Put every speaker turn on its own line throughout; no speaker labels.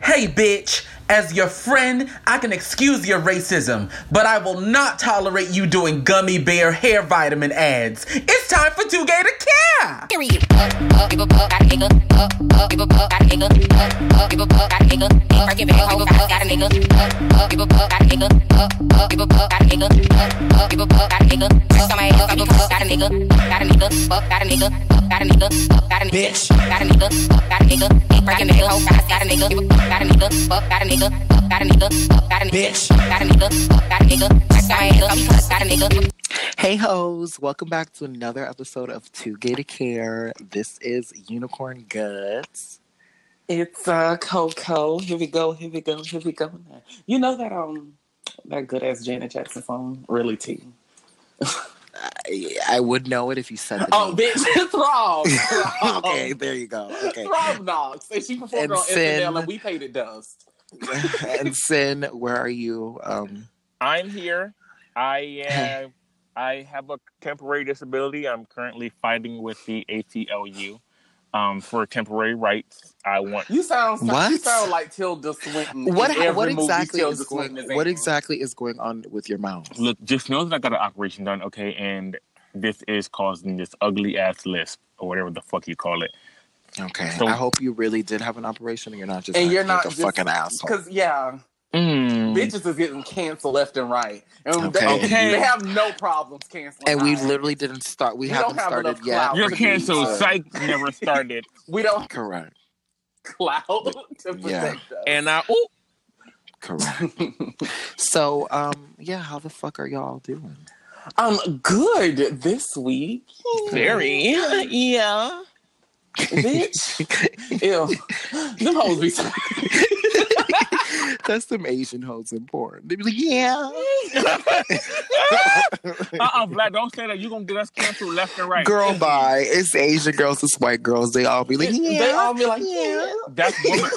Hey, bitch, as your friend, I can excuse your racism, but I will not tolerate you doing gummy bear hair vitamin ads. It's time for Too Gay to Care!
Period. Up, up, give up, up, got a nigga. Up, up, give up, up, got a nigga. Up, up, give up, up, got a nigga. Ain't working bad, hoes, I got a nigga. Up, up, give up, up, got a nigga. Up, up, give up, up, got a nigga. Up, up, give up, up, got a nigga. Press on my ass, up, give up, up, got a nigga. Up, Got a nigga, up, got a nigga. Up, Got a nigga, up, got a nigga.
Bitch.
Got a nigga, up, got a nigga. Ain't working bad, hoes, I got a nigga. Give up, up, Got a nigga, up, got a nigga. Up, Got a nigga, up, got a nigga.
Bitch.
Up, Got a nigga, up, got a nigga. Press on my ass, up, give up, got a nigga.
Hey hoes, welcome back to another episode of Two Gay to Care. This is Unicorn Guts.
It's uh Coco. Here we go, here we go, here we go. You know that um that good ass Janet Jackson song, Really T.
I, I would know it if you said the
Oh
name.
bitch, it's wrong. Oh.
okay, there you go. Okay.
Throb Knox. And she performed
And
on
Sin.
SNL and we paid it dust.
and Sin, where are you? Um,
I'm here. I uh, I have a temporary disability. I'm currently fighting with the ACLU um, for temporary rights. I want
You sound you
What?
sound like Tilda Swinton. in every
what what
movie
exactly
Tilda
is going
Swinton is
what
in.
exactly is going on with your mouth?
look. Just know that I got an operation done, okay? And this is causing this ugly ass lisp or whatever the fuck you call it.
Okay.
So-
I hope you really did have an operation and you're not just
And
acting
you're
like
not
a
just-
fucking asshole.
Cause yeah,
Mm.
bitches is getting canceled left and right, and
Okay.
they, they have no problems canceling.
And we
ours.
literally didn't start we,
We don't
haven't
have
started
enough
yet.
clout.
You're
Pretty
canceled.
good.
Psych never started.
we don't
Correct.
cloud to protect
Yeah.
us.
And I ooh,
Correct. so, um, yeah, how the fuck are y'all doing?
Um, good this week,
very yeah.
bitch. Ew, them hoes be.
That's some Asian hoes in porn. They be like, yeah.
Uh uh Vlad, don't say that. You're gonna get us canceled left and right.
Girl, bye. It's Asian girls, it's white girls. They all be like, yeah.
They all be like,
yeah.
yeah,
That's woman.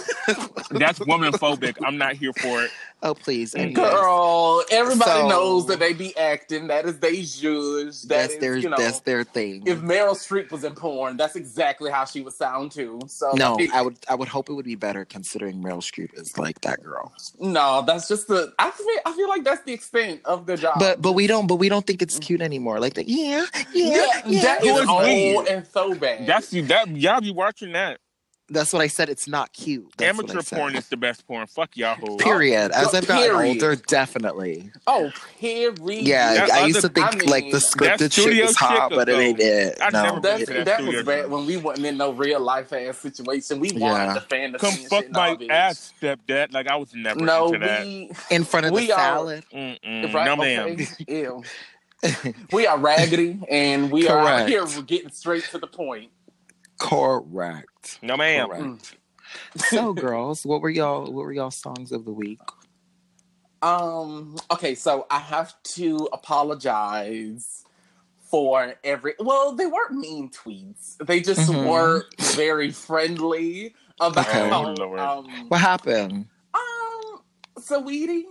that's woman phobic. I'm not here for it.
Oh, please. anyways.
girl. Everybody
So-
knows that they be acting. That is they judge. That
that's
is,
their
you know.
that's their thing.
if Meryl Streep was in porn, that's exactly how she would sound too. So
no,
like,
I would I would hope it would be better considering Meryl Streep is like that girl.
no, that's just the. I feel, I feel like that's the extent of the job.
But but we don't but we don't think it's cute anymore. Like the, yeah, yeah,
Mm. yeah,
yeah.
that
It
is
was
old
weird.
and so bad.
That's you. That y'all be watching that.
That's what I said. It's not cute. That's what I
Amateur
said.
porn is the best porn. Fuck Yahoo.
Period. As
Yo,
I've gotten
period.
older, definitely.
oh period.
Yeah,
That
I used
other-
to think
I mean,
like the
that
scripted shit
studio
was hot,
shit,
but it
though,
ain't it.
I
no.
never been
That's,
to that
that was
studio
bad
job.
when we wasn't in no real life ass situation. We wanted
Yeah.
the fantasy.
Come
and
fuck
shit and all
my
this.
ass, stepdad. Like I was never
No,
into that.
we
in front of
We
the
are-
salad.
Mm-mm.
Mm,
right.
no,
okay.
ma'am.
Ew. we are raggedy and we are out
Correct.
here we're getting straight to the point.
Correct.
No, ma'am.
Correct. Mm. so, girls, what were y'all? What were y'all songs of the week?
Um. Okay, so I have to apologize for every. Well, they weren't mean tweets. They just
Mhm.
were very friendly about.
Okay.
Oh, Lord.
Um,
What happened?
um, Saweetie.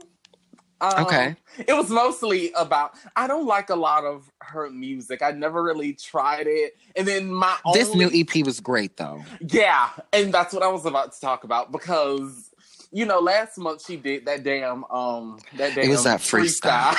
Um,
Okay.
It was mostly about. I don't like a lot of her music. I never really tried it, and then my
This
Um, only
new EP was great, though.
yeah, and that's what I was about to talk about because you know last month she did that damn um that damn
It was that freestyle.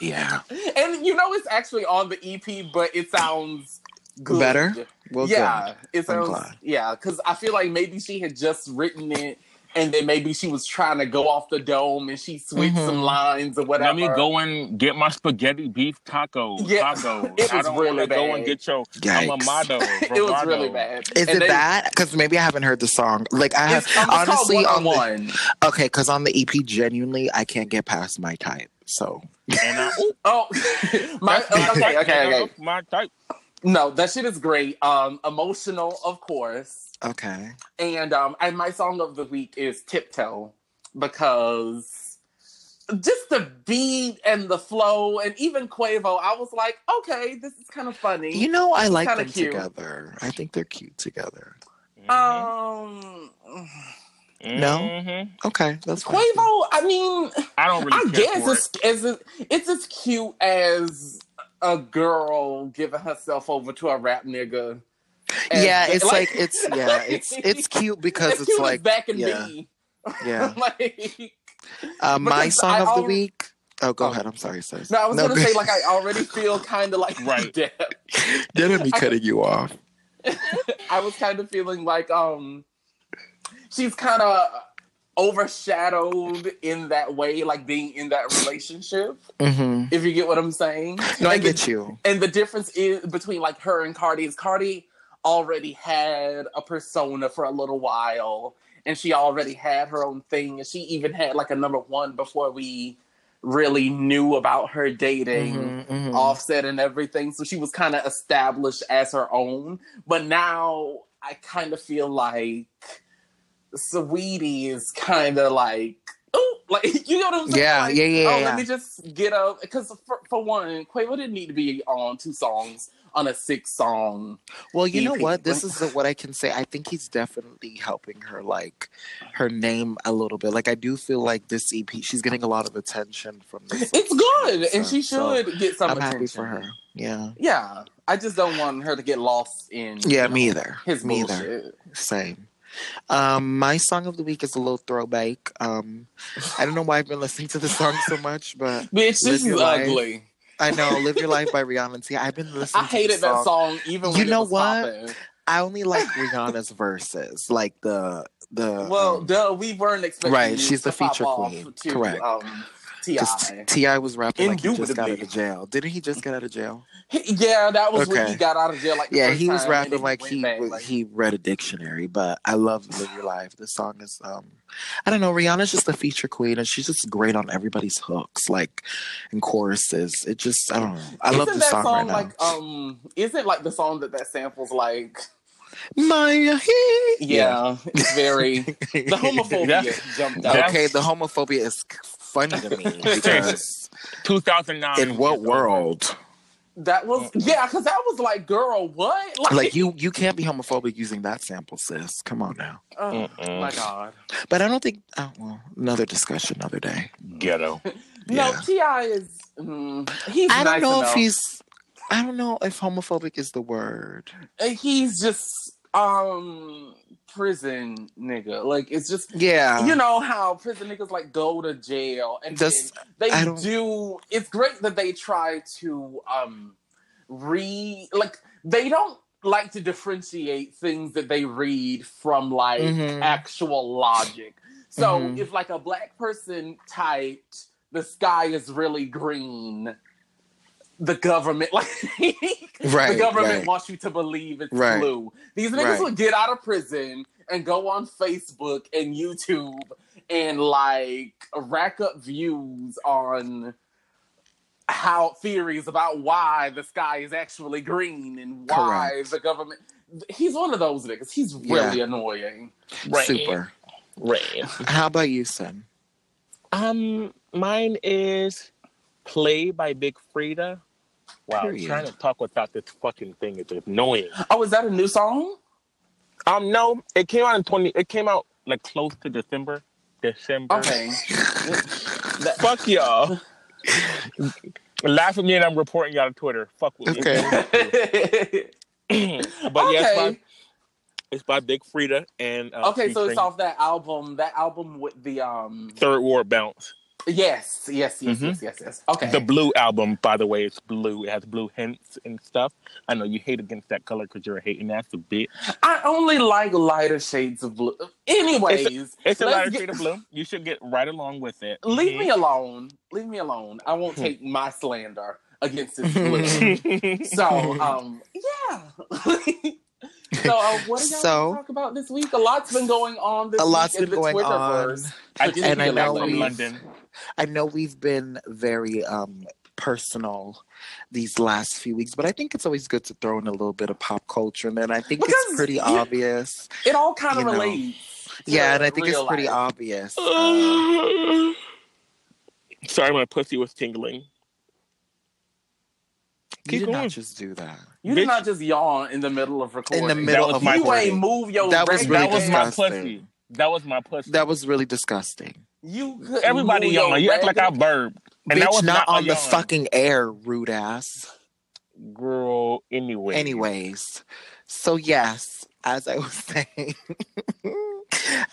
Yeah.
freestyle. and you know it's actually on the EP, but it sounds good.
Better? Well,
yeah,
good.
it
I'm
sounds
glad.
yeah because I feel like maybe she had just written it. And then maybe she was trying to go off the dome, and she switched
Mhm.
some lines or whatever.
Let me go and get my spaghetti beef tacos.
Yeah.
Tacos.
It
I
was
don't
really
wanna go
bad.
and get your
Yikes.
amamado.
It was really bad.
Is
And
it
they-
that? Because maybe I haven't heard the song. Like I have
It's, um, it's
honestly on
called
the-
one.
okay. Because on the EP, genuinely, I can't get past my type. So
And I,
Oh, my,
that's
okay,
my
okay,
type,
okay.
that's My type.
No, that shit is great. Um, emotional, of course.
okay,
And um, and my song of the week is Tiptoe because just the beat and the flow and even Quavo, I was like, okay, this is kind of funny.
you know I like
kinda
them
cute.
together. I think they're cute together.
Mhm.
um,
no.
Mhm.
Okay, that's fine.
Quavo, I mean,
I don't really
I
care
guess
for it.
it's it's it's as cute as a girl giving herself over to a rap nigga.
Yeah, it's like, it's yeah, it's it's cute because
as
it's
cute as
like
back and
yeah.
B.
Yeah.
like,
Uh, my
Because
song
I
of the
alre-
week. Oh, go
Oh.
ahead. I'm sorry, sis.
no, I was gonna
go-
say like I already feel kind of like
Right.
dead.
That didn't be cutting you off.
I was kind of feeling like um, she's kind of overshadowed in that way, like being in that relationship.
Mm-hmm.
If you get what I'm saying.
No, I
And the-
get you.
And the difference is between like her and Cardi is Cardi already had a persona for a little while, and she already had her own thing, and she even had like a number one before we really knew about her dating.
Mhm, mhm.
Offset and everything, so she was kind of established as her own. But now I kind of feel like Sweetie is kind of like, oh, like you know what I'm saying?
Yeah,
Like,
yeah, yeah,
Oh,
yeah.
let me just get up because for, for one, Quavo didn't need to be on two songs on a six song.
Well, you know
EP,
what? This
right?
is the, what I can say. I think he's definitely helping her, like her name a little bit. Like I do feel like this EP, she's getting a lot of attention from this.
It's good, and
So-
she
so
should get some
I'm
attention
happy for her. Yeah.
Yeah, I just don't want her to get lost in
Yeah, me either.
his
me
bullshit.
either. Same. Um, my song of the week is a little throwback. Um, I don't know why I've been listening to the song so much, but Live
Bitch, this
your
is
life.
ugly.
I know "Live Your Life" by Rihanna. And T. I've been listening.
I
to the
hated that song even when
You
it
know
was
what?
popping.
I only like Rihanna's verses, like the the
Well,
um,
duh, we weren't expecting.
Right,
you
she's the
to pop
feature
off
queen.
To,
Correct.
Um, Ti.
Because Ti was rapping like he just got out
Indubitably.
of jail. Didn't he just get out of jail?
He- yeah, that was when
Okay.
he got out of jail. Like, the
Yeah,
first
he was
time, and
rapping
then
like
went
he
back,
was,
like-
he read a dictionary. But I love "Live Your Life." The song is um, I don't know. Rihanna's just a feature queen, and she's just great on everybody's hooks, like and choruses. It just I don't know. I love the
Isn't that
song, right now.
like um? Isn't like the song that that samples like?
Maya,
Yeah, it's very the homophobia jumped out.
Okay, the homophobia is funny to me because
2009.
in what world?
That was yeah, because that was like, girl, what?
Like you, you can't be homophobic using that sample, sis. Come on now.
oh,
Mm-mm.
my god.
But I don't think. Oh, well, another discussion, another day.
Ghetto.
No,
Yeah.
Ti is. Mm, he's
I don't
nice
know
enough.
if he's. I don't know if homophobic is the word.
And he's just um prison nigga. Like it's just
Yeah.
you know how prison niggas like go to jail and then
That's-
they
I don't-
do it's great that they try to um read like they don't like to differentiate things that they read from like
Mhm.
actual logic. So
Mhm.
if like a black person typed the sky is really green the government like
Right,
the government
right.
wants you to believe it's
Right.
blue. These niggas
Right.
would get out of prison and go on Facebook and YouTube and like rack up views on how theories about why the sky is actually green and why
Correct.
the government. He's one of those niggas. He's really annoying.
Right.
Super.
Red.
How about you, son?
Um, mine is Play by Big Frida. Wow,
Period.
trying to talk without this fucking thing is annoying.
Oh, is that a new song?
Um, no, it came out in twenty. It came out like close to December. December.
Okay.
Fuck y'all. Laugh at me and I'm reporting y'all on Twitter. Fuck with
Okay.
me. but yes,
Okay.
by, it's by Big Frida and uh,
okay, so
featuring
it's off that album. That album with the um.
Third War Bounce.
Yes, yes, yes,
Mhm.
yes, yes, yes. Okay.
The blue album, by the way, it's blue. It has blue hints and stuff. I know you hate against that color because you're a hating ass a bitch.
I only like lighter shades of blue. Anyways,
It's a
let's
lighter
get-
shade of blue. You should get right along with it.
Leave me alone. Leave me alone. I
Hmm.
won't take my slander against this blue.
me.
so, um, yeah. so, uh, what are y'all
So-
gonna talk about this week? A lot's been going on this
A
week
lot's
in
been
the
going on.
Twitterverse.
I
Forgive
just
me,
came
And I
Mm-hmm. back
know
from
we've-
London.
I know we've been very um, personal these last few weeks, but I think it's always good to throw in a little bit of pop culture, and then I think it's
Because
pretty
you-
obvious.
It all kind
You
of
know.
relates. to
Yeah, and I think it's
real
pretty
life.
obvious. Uh,
Sorry, my pussy was tingling.
you did
Keep going.
not just do that.
You
Bitch.
did not just yawn in the middle of recording.
middle
that was
of
my
You
recording.
pussy.
ain't move your.
That was
ring.
really
That was my
disgusting.
pussy. That was my pussy.
That was really disgusting.
You. couldn't
Everybody
move your
yawning. You act like I
raggedy-
burped. And
Bitch,
that was
not,
a
on the
yawn.
fucking air, rude ass.
girl. Anyway.
Anyways, so yes, as I was saying,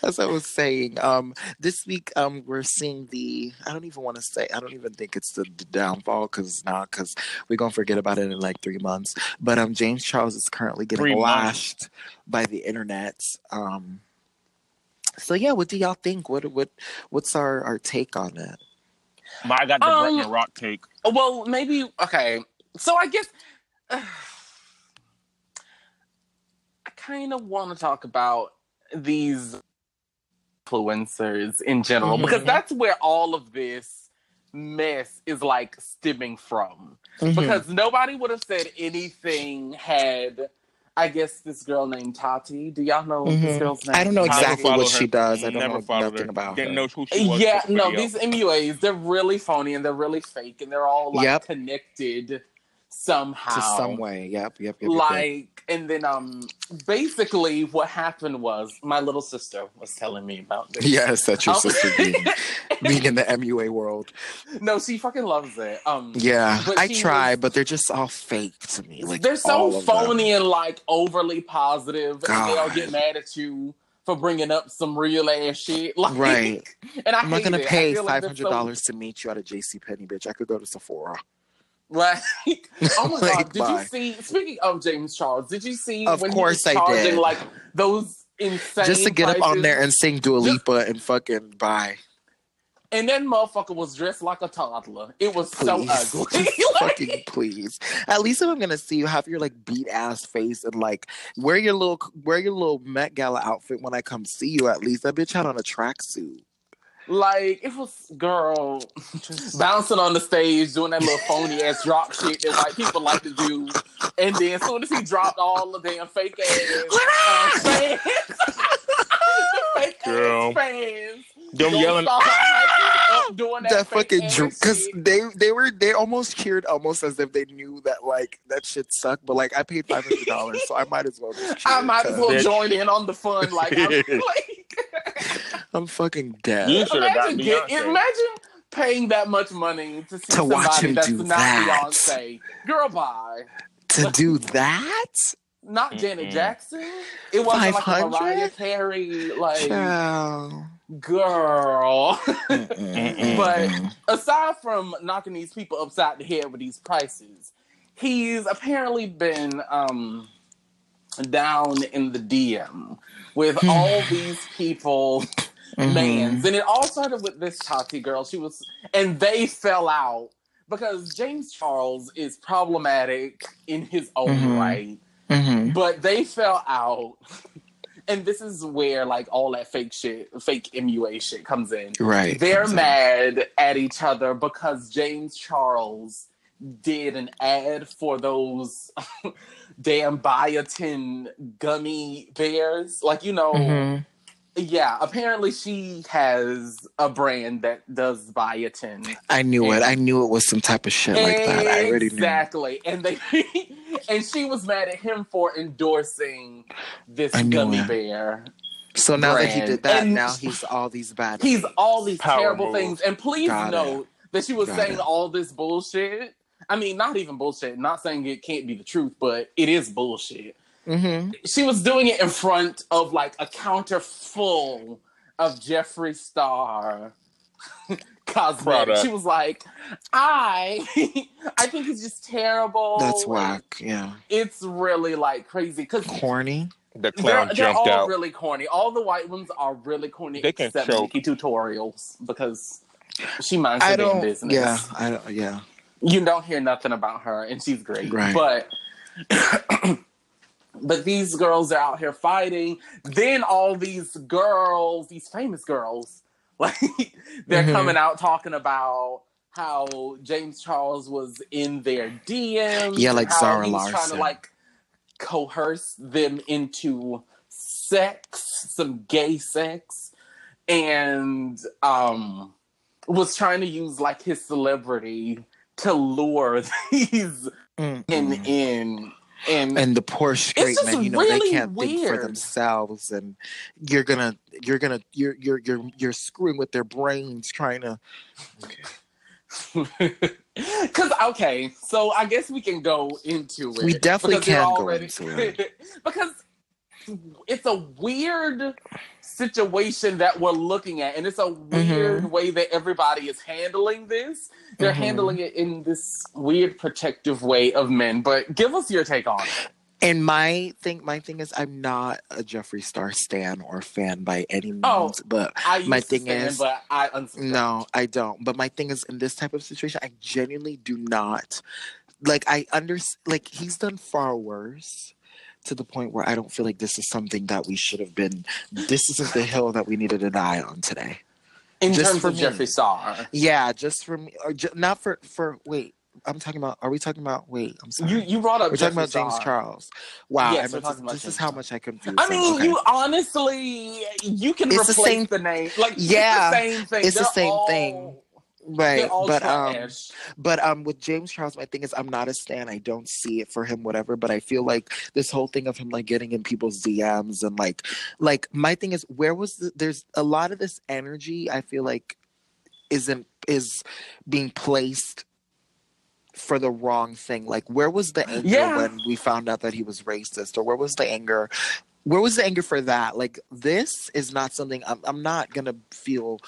As I was saying, um, this week um, we're seeing the. I don't even want to say. I don't even think it's the, the downfall because now because we're gonna forget about it in like three months. But um, James Charles is currently getting
Three months.
lashed by the internet. Um, so yeah, what do y'all think? What what what's our our take on it?
But I got the
Um,
Bretton Rock take.
Well, maybe okay. So I guess I kind of want to talk about these influencers in general
Mhm.
because that's where all of this mess is like stemming from.
Mm-hmm.
Because nobody would have said anything had I guess this girl named Tati. Do y'all know this
Mhm.
girl's name?
I don't know
Never
exactly what
followed
she
her.
does. I don't
Never
know
followed
nothing
her.
about
Didn't
her.
know who she was.
Yeah,
till
no,
video.
these MUAs, they're really phony and they're really fake and they're all like
Yep.
connected somehow.
to some way. Yep, yep, yep, yep. yep.
Like and then um basically what happened was my little sister was telling me about this.
Yes, that's your
Oh.
sister being, being in the MUA world.
No, she fucking loves it. Um
Yeah,
But
I
she
try,
was-
but they're just all fake to me. Like
they're so
all of them.
phony and like overly positive and they'll
God.
get mad at you for bringing up some real ass shit. Like
Right.
and I
I'm not
hate
gonna
it. I
pay
feel like
five
they're so-
hundred dollars to meet you at a JC Penney, bitch. I could go to Sephora.
Like, oh my
Like,
god, did
bye.
you see? Speaking of James Charles, did you see
Of
when
course
he
I
was charging
did.
like those insane
Just to get up on
prices?
there and sing Dua
Just-
Lipa and fucking bye.
And that motherfucker was dressed like a toddler. It was
Please.
so ugly.
Just
Like,
fucking please. At least if I'm gonna see you, have your like beat ass face and like wear your little wear your little Met Gala outfit when I come see you. At least that bitch had on a tracksuit.
like it was girl bouncing on the stage doing that little phony ass drop shit that white people like to do. And then as soon as he dropped all the damn fake ass uh, fans, the fake
Girl.
ass fans,
Them
don't
yelling, "Ah!"
stop hyping up doing that,
that
fake
fucking
ass
drink because
shit.
they they were they almost cheered almost as if they knew that like that shit sucked but like i paid $500 so i might as well just cheer
I might as well
'cause
Bitch.
join in on the fun. Like, I'm, like
i'm fucking dead
You should have got
imagine,
Beyonce.
get, imagine paying that much money to see
To
somebody
watch him
that's
do
not
that.
Beyonce. Girl, bye.
to do that
Not
Mm-mm.
Janet Jackson. It wasn't like a
500?
Mariah Carey. Like,
Child.
girl.
Mm-mm.
But aside from knocking these people upside the head with these prices, he's apparently been um, down in the DM with all these people mans. And it all started with this Tati girl. She was, and they fell out because James Charles is problematic in his own
Mhm.
right,
Mhm.
but they fell out. And this is where like all that fake shit, fake MUA shit comes in.
right
They're
comes in.
mad at each other because James Charles did an ad for those damn biotin gummy bears. Like, you know,
Mhm.
yeah, apparently she has a brand that does biotin.
i knew it i knew it was some type of shit like that i already knew
Exactly. And they and she was mad at him for endorsing this
I knew
gummy
it.
bear.
so now that he
Brand.
did that
And-
now he's all these bad
He's all these
Power
terrible
move.
things. And please
Got it.
note that she was
Got
saying
it.
all this bullshit. I mean, not even bullshit. Not saying it can't be the truth, but it is bullshit.
mm-hmm.
She was doing it in front of like a counter full of Jeffree Star cosmetics.
Product.
She was like, "I, I think it's just terrible.
that's whack yeah
It's really like crazy because
corny
the
they're,
clown
they're
jumped
all
out.
really corny. All the white ones are really corny
They can
except
choke.
Nikki tutorials because she minds
i
her damn
don't
business.
yeah i don't yeah
You don't hear nothing about her and she's great.
Right.
But but these girls are out here fighting. Then all these girls, these famous girls, like they're
Mhm.
coming out talking about how James Charles was in their DMs.
Yeah, like
how
Zara
he was Trying
Larsson.
to like coerce them into sex, some gay sex, and um was trying to use like his celebrity to lure these
Mm-mm.
men in and
and the poor straight
just
men, you know,
really
they can't think for
weird.
themselves, and you're gonna, you're gonna, you're, you're, you're, you're screwing with their brains trying to.
Cause okay, so I guess we can go into it.
We definitely
because it
can go
already-
into it.
because it's a weird situation that we're looking at, and it's a weird
Mm-hmm.
way that everybody is handling this. They're
Mhm.
handling it in this weird protective way of men. But give us your take on it.
And my thing, my thing is, I'm not a Jeffree Star stan or fan by any means.
Oh.
but
I used
My
to
thing
stand,
is-
but I unsubscribed.
No, I don't. But my thing is, in this type of situation, I genuinely do not. Like, I under like he's done far worse to the point where I don't feel like this is something that we should have been. This isn't the hill that we needed to die on today.
in
just
terms
for
of
me.
Jeffree Star.
Yeah, just for me, or ju- not for for. Wait, I'm talking about. Are we talking about? Wait, I'm sorry.
You you brought up
we're talking about
Jeffree
James
Star.
Charles. Wow, I
Yes, we're
meant
talking
to-
about
this
James
is how
Charles.
much I confused.
I
him.
mean,
Okay.
you honestly you can
It's the
replace the,
same-
name. Like it's
Yeah,
the same thing.
it's the
They're
same
all-
thing.
They're
right?
all
But um,
trash.
But um, with James Charles, my thing is I'm not a stan. I don't see it for him, whatever. But I feel like this whole thing of him like getting in people's DMs and like, like my thing is where was the, there's a lot of this energy I feel like isn't is being placed for the wrong thing. Like where was the anger
Yeah.
when we found out that he was racist, or where was the anger? Where was the anger for that? Like this is not something I'm, I'm not gonna feel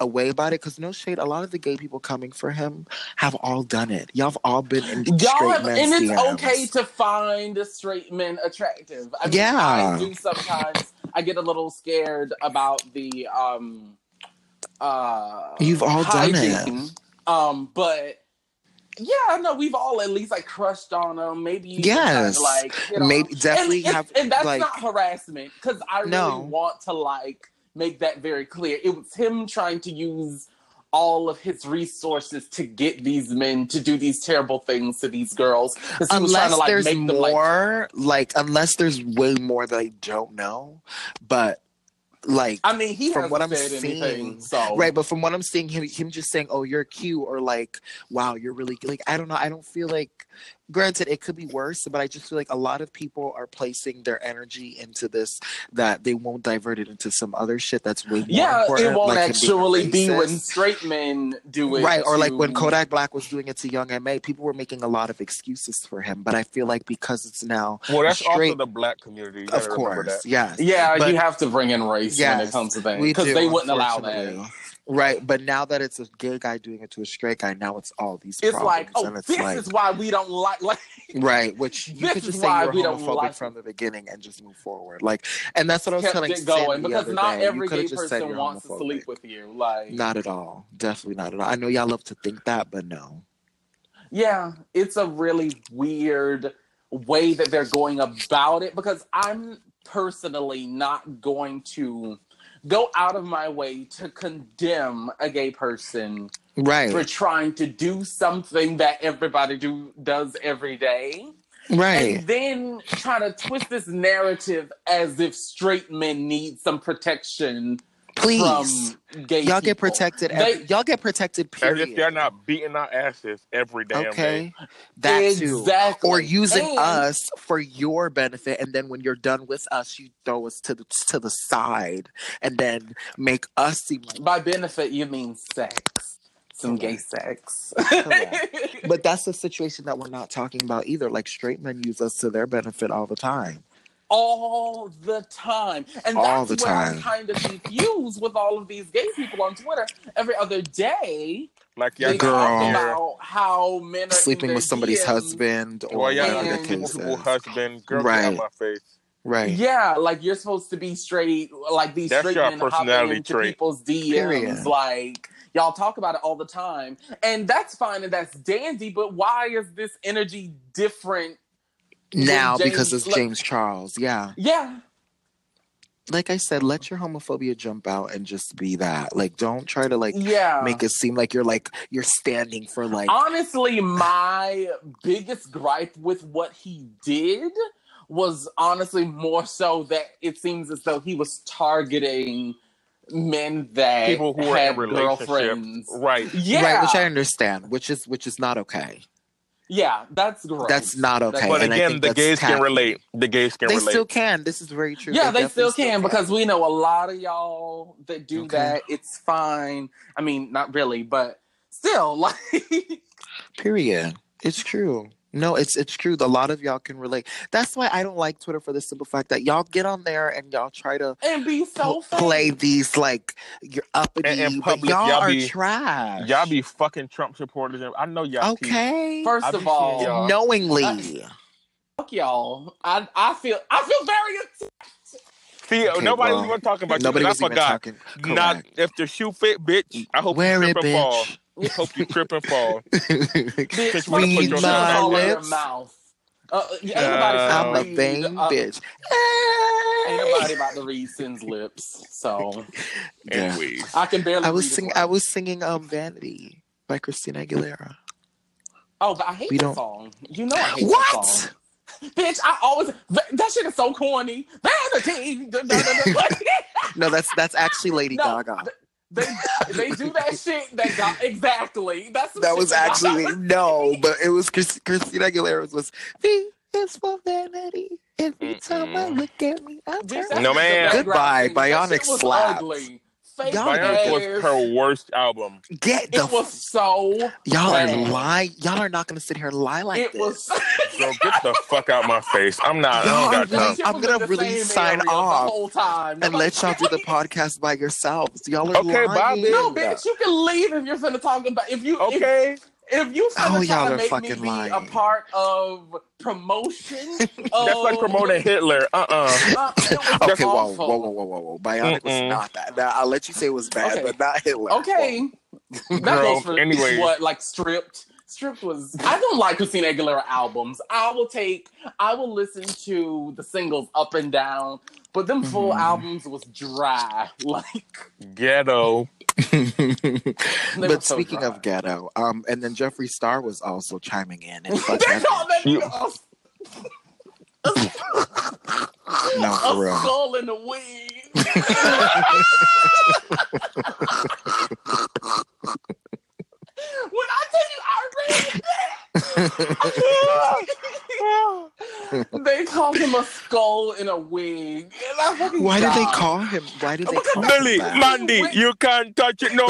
away about it because no shade a lot of the gay people coming for him have all done it y'all have all been in
Y'all
straight
have,
men's
and it's
DMs.
okay to find straight men attractive. I mean,
Yeah.
I do sometimes. I get a little scared about the um, uh,
You've all done it.
hygiene. Um, but yeah, I know we've all at least like crushed on them. Maybe you
Yes.
kinda, like hit on
maybe
'em.
definitely
and, it's-
have
and that's
like
not harassment because I really
No.
want to like make that very clear. It was him trying to use all of his resources to get these men to do these terrible things to these girls. 'Cause he was
unless
trying to, like,
there's
make them, like-
more like unless there's way more that i don't know but like
I mean, he
From
hasn't
what I'm
said anything,
seeing,
so
Right, but from what I'm seeing, him him just saying, "Oh, you're cute," or like, "Wow, you're really like." I don't know. I don't feel like. Granted, it could be worse, but I just feel like a lot of people are placing their energy into this that they won't divert it into some other shit that's way more
Yeah,
important.
it
like
won't
him being
actually be when
racist.
straight men do it,
Right, or like when
to-
Kodak Black was doing it to Young M.A., people were making a lot of excuses for him. But I feel like because it's now,
Well, that's also
Straight-
the black community. You
of
gotta remember
course,
that.
yes,
Yeah,
But-
you have to bring in race when it
Yes,
comes to things
we
because
do,
they wouldn't allow
unfortunately.
that.
Right, but now that it's a gay guy doing it to a straight guy, now it's all these.
It's
problems,
like, oh,
and it's
this
like,
is why we don't like like.
right, which you
this
could
is
just say
why
you're
we don't
homophobic
like-
from the beginning and just move forward. Like, and that's what I was
kept
telling
it
Sam
going
the
because
other
not
day. You
every
coulda
gay
just said
person
you're
wants to
homophobic.
sleep with you. Like,
Not at all. Definitely not at all. I know y'all love to think that, but no.
yeah, it's a really weird way that they're going about it because I'm personally not going to go out of my way to condemn a gay person
Right,
for trying to do something that everybody do does every day.
right.
and then try to twist this narrative as if straight men need some protection
Please,
from gay
y'all get
people.
protected.
They-
Every, y'all get protected.
As
Period.
if they're not beating our asses every damn day.
okay, that too.
exactly.
or using
And-
us for your benefit and then when you're done with us you throw us to the to the side and then make us seem like
By benefit, you mean sex. Some gay sex.
Correct. but that's the situation that we're not talking about either like straight men use us to their benefit all the time
all the time. And that's
All the
where
time.
I'm kind of confused with all of these gay people on Twitter. Every other day,
Like y'all
they
got
Girl.
talk
here.
about how men are in
sleeping
their
with somebody's
DMs.
husband or
Well, y'all
whatever
and-
the
got people,
case
people
is
husband, girl, get out
Right.
my face.
right
Yeah, like you're supposed to be straight, like these
That's
straight
your
men
personality
hopping into
trait.
people's DMs.
Period.
Like y'all talk about it all the time, and that's fine and that's dandy. But why is this energy different?
now
James-
because it's
look-
james charles yeah
Yeah,
like i said let your homophobia jump out and just be that like don't try to like
yeah.
make it seem like you're like you're standing for like
Honestly, my biggest gripe with what he did was honestly more so that it seems as though he was targeting men that
People who are
had
in relationships.
girlfriends.
Right.
Yeah,
Right, which I understand, which is which is not okay.
yeah, that's gross.
That's not okay.
But
and I
again,
think
the
that's
gays can
tacky.
relate. The gays can
They
relate.
still can. This is very true.
Yeah, they,
definitely
still can because we know a lot of y'all that do
Okay.
that. It's fine. I mean, not really, but still, like,
period, it's true. No, it's it's true. A lot of y'all can relate. That's why I don't like Twitter for the simple fact that y'all get on there and y'all try to
and be so
pl-
fake.
play these like you're uppity,
And- and
but
public,
y'all,
y'all
are
be-
trash.
Y'all be fucking Trump supporters. and- I know y'all. keep-
okay.
First
I be
of all,
seeing y'all.
Knowingly.
fuck y'all. I I feel I feel very attacked.
See, uh,
Okay,
nobody
well,
was even talking about you.
Nobody
'cause
was
I
even
forgot.
talking.
Now, if the shoe fit, bitch, I hope
Wear
you
it,
trip and fall.
bitch.
I hope you trip and fall.
Bitch,
Just
fuck you,
read my
shut all over your
lips.
mouth. Uh, ain't
Uh,
nobody about
I'm
to
a
read,
vain
uh,
bitch.
Ain't nobody about to read Sin's lips, so
Yeah.
And we.
I can barely.
I was
read his
singing.
lips.
I was singing um "Vanity" by Christina Aguilera.
Oh, but I hate
We
that
don't-
song. You know I hate
What?
that song. Bitch, I always that shit is so corny. Vanity. da- da- da- da-
No, that's that's actually Lady
No,
Gaga.
they they do that shit that got exactly. That's the
That
shit
was actually no, but it was Chris, Christina Aguilera's was "V is for Vanity." Every time I
Mm-mm.
look at me, I turn.
Bitch, that shit is
No,
a
man.
Goodbye,
background music.
Bionic
That shit was
slaps.
Ugly. Fake
Y'all
ass.
Bionic was her worst album.
Get the
It was so.
y'all
bad.
are lying. Y'all are not gonna sit here and lie like
it
this.
was.
Girl, get the fuck out my face. I'm not.
Y'all
I
are
don't got
really-
time.
Shit
I'm
was
gonna
in the
really
same
sign
area
off
the whole time.
and
Nobody-
let y'all do the podcast by yourselves. Y'all are
Okay, bye,
lying.
bitch.
No, bitch, you can leave if you're finna talk about if you if
Okay.
If you
Oh,
finna
y'all
try
are
to make me
fucking
be
lying.
a part of promotion,
That's like promoting Hitler. Uh uh
Uh, it was
Okay, whoa,
awful.
whoa, whoa, whoa, whoa, whoa. Bionic
Mm-mm.
was not that. Now I'll let you say it was bad,
Okay.
but not Hitler.
Okay, that
Girl,
goes for
anyway.
what like stripped. Stripped was. I don't like Christina Aguilera albums. I will take. I will listen to the singles up and down, but them full
Mhm.
albums was dry. Like,
Ghetto.
They were
but
so
speaking of
dry.
ghetto, um, and then Jeffree Star was also chiming in and fuck
they call
that.
that
You-
nigga a,
No,
a
for real.
skull in the weed. When I tell you I read that, they called him a skull in a wig. And I fucking
Why did they
died.
call him? Why did they
Because
call
Lily,
him? that?
Mandy, you can't touch it no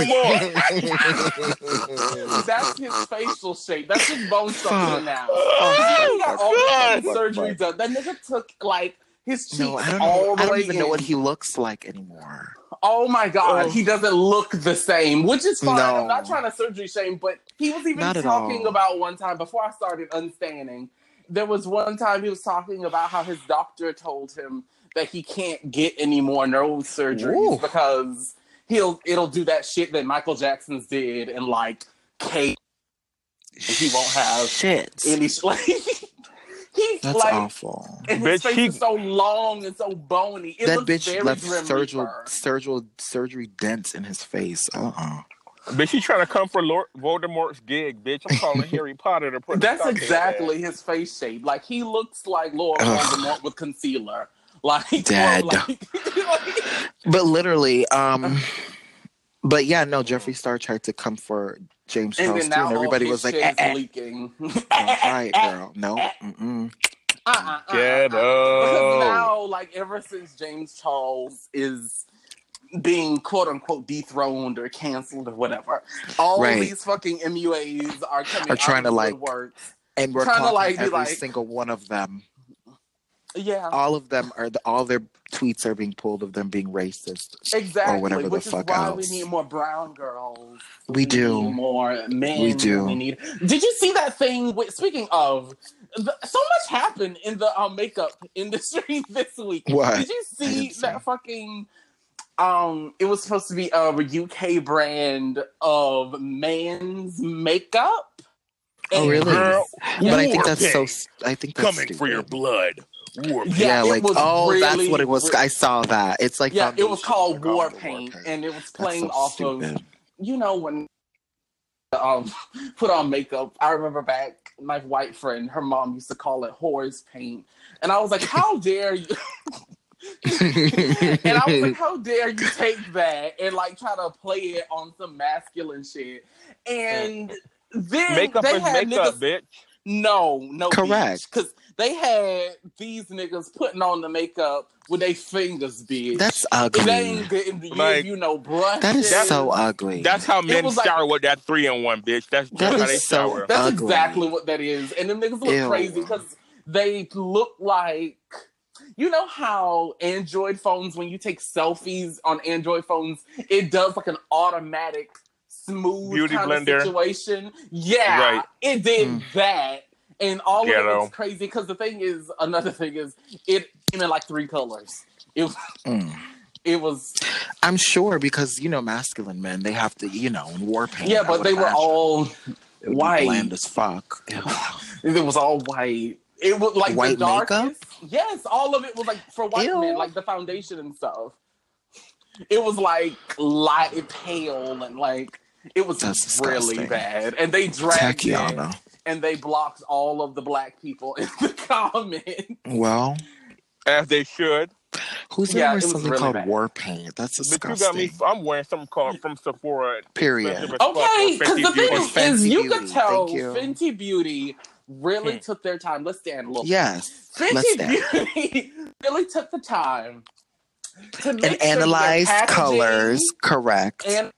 more.
That's his facial shape. That's his bone structure
Fuck.
now.
Oh,
He got all the
God.
fucking surgery done. That nigga took like his cheeks
no, I don't
all
know.
the
I don't
way
even know
in.
what he looks like anymore.
Oh my god,
Oh.
he doesn't look the same, which is fine.
No.
I'm not trying to surgery shame, but he was even
Not at
talking
all.
about one time before I started unstanding. There was one time he was talking about how his doctor told him that he can't get any more nerve surgeries
Ooh.
because he'll it'll do that shit that Michael Jackson's did and like Kate He won't have
shit.
any sh- like he's
That's
like
awful.
and his
Bitch,
face
he-
is so long and so bony. It
that
looks
bitch
very
left
Grim
surgical
Reaper.
surgical surgery dents in his face. Uh uh
Bitch, she trying to come for Lord Voldemort's gig, bitch. I'm calling Harry Potter to put. a
That's
sock in
exactly his face shape. Like he looks like Lord
Ugh.
Voldemort with concealer. Like or,
Dead.
like- like-
But literally,
Uh,
um, but yeah, no. Jeffree Star tried to come for James
and
Charles
then
too,
now
and everybody
all
was
his
like,
shit
eh,
is
eh.
leaking.
"All right, girl, no." Eh, Mm-mm.
Uh-uh, uh-uh,
there.
uh-uh. Because
Ghetto.
now, like ever since James Charles is being quote unquote dethroned or canceled or whatever, all
Right.
these fucking MUAs are coming
Are
out
trying
of
to,
the
like-
woodwork.
And we're
Kinda
calling
like, be
every
like-
single one of them.
Yeah.
All of them are the, all their tweets are being pulled of them being racist.
Exactly,
whatever the
which is
fuck
why
else.
we need more brown girls.
We do.
need more men.
We do.
We need. Did you see that thing? With, speaking of, the, so much happened in the um, makeup industry this week.
What?
Did you see
didn't see.
that fucking? Um, it was supposed to be a UK brand of man's makeup.
Oh,
And-
really?
Girl,
But I think
War
that's so.
Pig
s- I think that's
Coming for your
stupid.
blood. War Pig.
Yeah,
Yeah, it
like
was
oh, that's
really
what it was.
re-
I saw that. It's like
Yeah, it was
foundation.
called
They're
War
calling it
Paint,
Paint.
and it was
That's
playing
so
off of
stupid.
you know when um put on makeup i remember back my white friend her mom used to call it whore's paint and i was like how dare you and i was like how dare you take that and like try to play it on some masculine shit and then
Makeup
they
is
had
makeup,
niggas
bitch.
No, no.
Correct.
Because they had these niggas putting on the makeup with their fingers, bitch.
That's
It
ugly.
ain't getting to give
Like,
you no brush.
That is
That-
so ugly.
That's how men
was like-
shower with that three in one, bitch. That's
That
just how
is
they
so-
shower.
That's
ugly.
exactly what that is. And them niggas look
Ew.
crazy because they look like you know how Android phones, when you take selfies on Android phones, it does like an automatic smooth
Beauty
kind
blender.
of situation. Yeah,
Right.
it did
Mm.
that. And all
Ghetto.
of it's crazy because the thing is, another thing is, it came in like three colors. It was,
Mm.
it was
I'm sure because you know masculine men they have to you know war paint.
yeah,
I
but
would
they were
imagine.
all
It would be
white.
bland as fuck. Oh,
It was all white. It was like
White
the darkest. Yes, all of it was like for white
Ew.
men, like the foundation and stuff. It was like light pale and like it was
That's
really
disgusting.
bad. And they dragged it
Tachyana.
and they blocked all of the black people in the comments.
Well,
As they should.
who's
Yeah,
ever
it was
something
really
called
bad.
war paint? That's
But you got
disgusting.
me. I'm wearing something called from Sephora.
Period.
Okay, because the thing
Beauty.
is, is
Fenty
you
Beauty,
could tell
thank you.
Fenty Beauty really
Hmm.
took their time. Let's stand a little.
Yes. Let's
Fenty
stand.
Beauty really took the time to make sure
And
their
analyze
packaging
colors. Correct.
and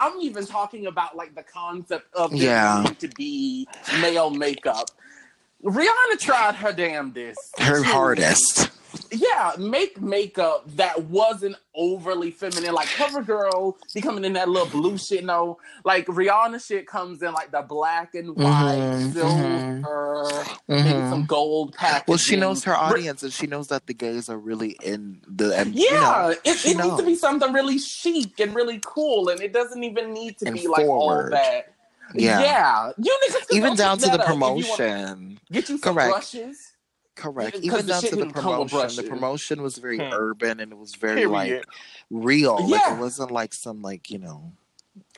I'm even talking about like the concept of this
Yeah.
needing to be male makeup. Rihanna tried her damnedest.
Her
to-
hardest.
Yeah, make makeup that wasn't overly feminine. Like CoverGirl, she coming in that little blue shit. No, like Rihanna shit comes in like the black and white,
Mhm,
silver, maybe
Mhm.
some gold packaging.
Well, she knows her
Ri-
audience, and she knows that the gays are really in the. And, you
Yeah,
know,
it,
she
it needs to be
knows.
something really chic and really cool, and it doesn't even need to
And
be like all
forward.
that.
yeah.
You niggas can
Even
go
down
pick
to the
that up if you want-
promotion.
Get you some
Correct.
brushes.
Correct.
Because
Even
the
down
shit
to the
didn't come with
promotion. The
brushes.
promotion was very
Hmm.
urban and it was very
Period.
like real. Like
Yeah.
it wasn't like some like you know.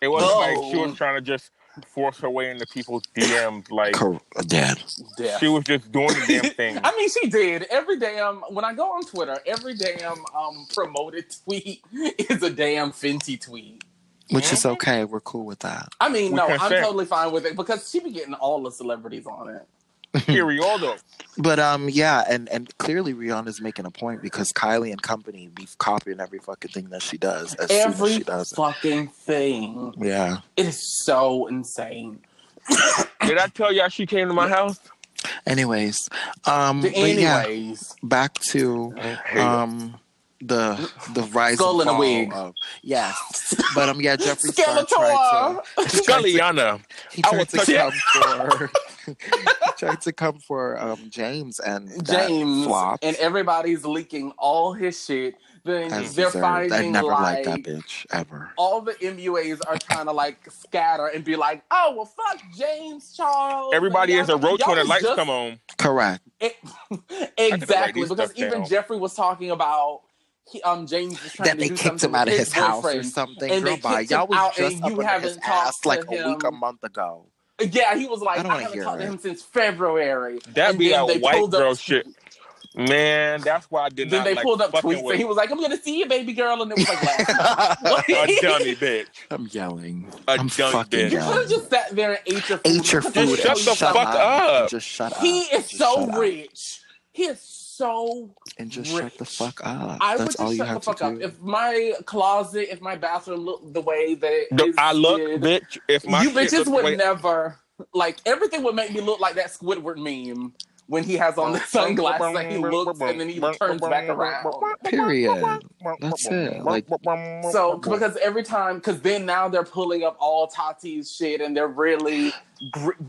It wasn't
No.
like she was trying to just force her way into people's DMs. Like
Cor- uh, dead.
Yeah.
she was just doing the damn thing.
I mean, she did every damn. When I go on Twitter, every damn um, promoted tweet is a damn Fenty tweet.
Which is okay. We're cool with that.
I mean,
We
no, I'm
consent.
totally fine with it because she be getting all the celebrities on it.
Periodo.
But um, yeah, and and clearly Rihanna's making a point because Kylie and company be copying every fucking thing that she does as soon as
Every
she does. it.
fucking thing.
Yeah,
It is so insane.
Did I tell y'all she came to my house?
Anyways, um,
But
but yeah,
anyways,
back to um the the rise
Skull
and
in a
fall
wig.
of yes, but um, yeah, Jeffree Star tried
Skeletor.
to tried to-
Galliana.
he
I
tried
will
to
touch
come for he tried to come for um James and that
James
flopped.
and everybody's leaking all his shit. Then
as
they're
deserved. I
finding
never
like
liked that bitch ever.
all the MUAs are trying to like scatter and be like, oh well, fuck James Charles.
Everybody
and
is a
y'all-
roach
y'all
when the
was
lights
just-
come on.
Correct.
It-
write
exactly,
these
because
stuff
even
down.
Jeffrey was talking about he, um James was trying
that
to
they
do
kicked
something
him out of
with
his house or
boyfriend.
something.
and they
Girl, bye.
kicked him
Y'all was
out,
just
and
up
you
under his
haven't talked
ass
to
like a week, a
him.
month ago.
Yeah, he was like,
I
I,
don't wanna
haven't
hear
talked
it.
to him since February.
That
And
be
then
that
they
white
pulled up-
girl shit. Man, that's why I did
Then
not
they
like
pulled up
fucking
tweets,
with
and he was like, "I'm gonna see you, baby girl," and it was like, last month.
I'm
a dummy bitch.
yelling.
A
I'm
dumb
fucking
bitch.
You could
yelling.
have just sat there and ate your food.
Eat your
Because
food.
he
shut
and
is
the
so-
fuck up.
And just shut up.
He is
Just
so
shut up.
rich. He is so.
And just
rich.
shut the fuck up.
I would
That's
just
all you
shut the
have
fuck
to
up.
do.
If my closet, if my bathroom looked the way that it
The- I look,
did,
bitch. If my
you
shit
bitches
look
would
like-
never. Like everything would make me look like that Squidward meme when he has on the sunglasses and he looks and then he turns back around.
Period. That's it. Like,
So because every time, because then now they're pulling up all Tati's shit and they're really